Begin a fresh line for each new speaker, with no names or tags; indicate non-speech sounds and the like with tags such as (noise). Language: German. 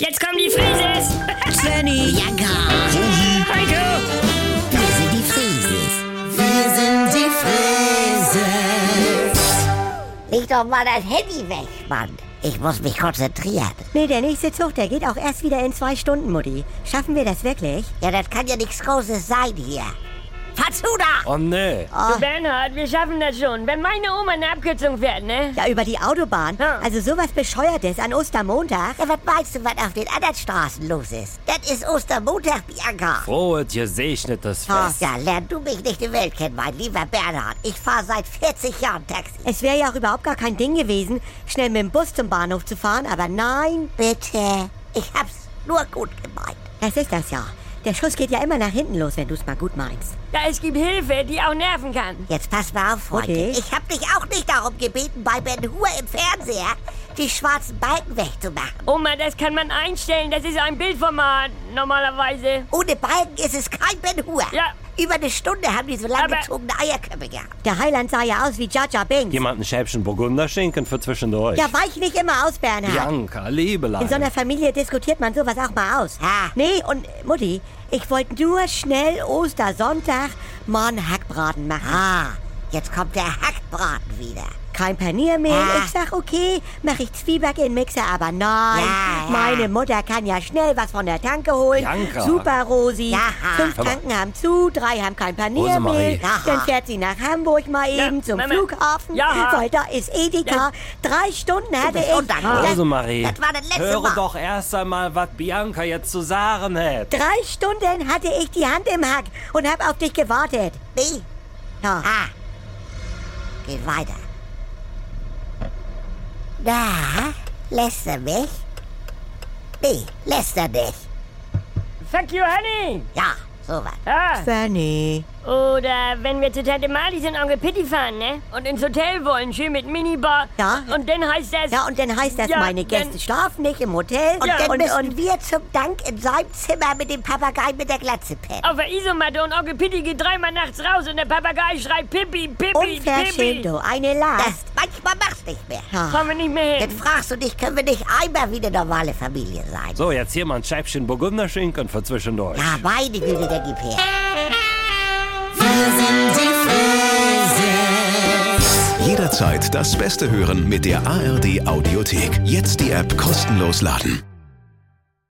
Jetzt kommen die Frieses!
Svenny, Jagger,
(laughs) Heiko!
wir sind die Frieses. Wir sind die Frieses. Leg doch mal das Handy weg, Mann. Ich muss mich konzentrieren.
Nee, der nächste Zug, der geht auch erst wieder in zwei Stunden, Mutti. Schaffen wir das wirklich?
Ja, das kann ja nichts Großes sein hier. Fatsuda!
Oh nee.
Ah.
Ah.
Bernhard, wir schaffen das schon. Wenn meine Oma eine Abkürzung fährt, ne?
Ja, über die Autobahn.
Ja.
Also sowas Bescheuertes an Ostermontag.
Ja, was meinst du, was auf den anderen Straßen los ist? Das ist Ostermontag, Bianca.
Frohes gesegnetes
Oh,
Fest.
ja, lern du mich nicht die Welt kennen, mein lieber Bernhard. Ich fahre seit 40 Jahren Taxi.
Es wäre ja auch überhaupt gar kein Ding gewesen, schnell mit dem Bus zum Bahnhof zu fahren, aber nein,
Bitte. Ich hab's nur gut gemeint.
das ist das ja. Der Schuss geht ja immer nach hinten los, wenn du es mal gut meinst.
Ja, es gibt Hilfe, die auch nerven kann.
Jetzt pass mal auf, Freunde.
Okay.
Ich hab dich auch nicht darum gebeten, bei Ben Hur im Fernseher die schwarzen Balken wegzumachen.
Oma, das kann man einstellen. Das ist ein Bildformat, normalerweise.
Ohne Balken ist es kein Ben Hur.
Ja.
Über eine Stunde haben die so lang
Aber-
gezogene Eierköpfe gehabt.
Der Heiland sah ja aus wie Jaja Binks.
Jemand einen Schäbchen Burgunderschinken für zwischendurch.
Ja, weich nicht immer aus, Bernhard.
Bianca, Liebelein.
In so einer Familie diskutiert man sowas auch mal aus.
Ah.
Nee, und äh, Mutti, ich wollte nur schnell Ostersonntag mal einen Hackbraten machen.
Ah, jetzt kommt der Hackbraten wieder.
Kein Paniermehl.
Ah.
Ich sag, okay, mache ich Zwieback in den Mixer, aber nein.
Ja, ja.
Meine Mutter kann ja schnell was von der Tanke holen.
Bianca.
Super, Rosi.
Ja.
Fünf
Aber-
Tanken haben zu, drei haben kein Paniermehl.
Rosemarie.
Ja.
Dann fährt sie nach Hamburg mal
Ja,
eben zum
Mama.
Flughafen.
Ja.
Weil da ist Edeka. Drei Stunden hatte
bist
ich.
undankbar.
Das-
Rosemarie.
Das war das letzte
Also, Höre
Mal.
doch erst einmal, was Bianca jetzt zu sagen hat.
Drei Stunden hatte ich die Hand im Hack und hab auf dich gewartet.
Nee,
Ja.
ah. Geht weiter. Na, lässt er mich? Nee, lässt er nicht.
Fuck you, honey!
Ja, sowas.
Ja.
Fanny.
Oder wenn wir zu Tante Marlies und Onkel Pitti fahren, ne? Und ins Hotel wollen, schön mit Minibar.
Ja.
Und dann heißt das...
Ja, und dann heißt das,
Ja,
meine Gäste
dann-
schlafen nicht im Hotel.
Und dann
und,
müssen
und
wir zum Dank in seinem Zimmer mit dem Papagei mit der Glatze pennen.
Auf der Isomatte und Onkel Pitti geht dreimal nachts raus und der Papagei schreit Pippi, Pippi,
Unverschämt,
Pippi.
du, eine Last.
Das, manchmal machst nicht mehr.
Ja.
Kommen wir nicht mehr
Dann
hin.
fragst du dich, können wir nicht einmal wie eine normale Familie sein?
So, jetzt hier mal ein Schäbchen Burgunderschinken für zwischendurch.
Ja, meine Güte, der gib her.
Jederzeit das Beste hören mit der ARD Audiothek. Jetzt die App kostenlos laden.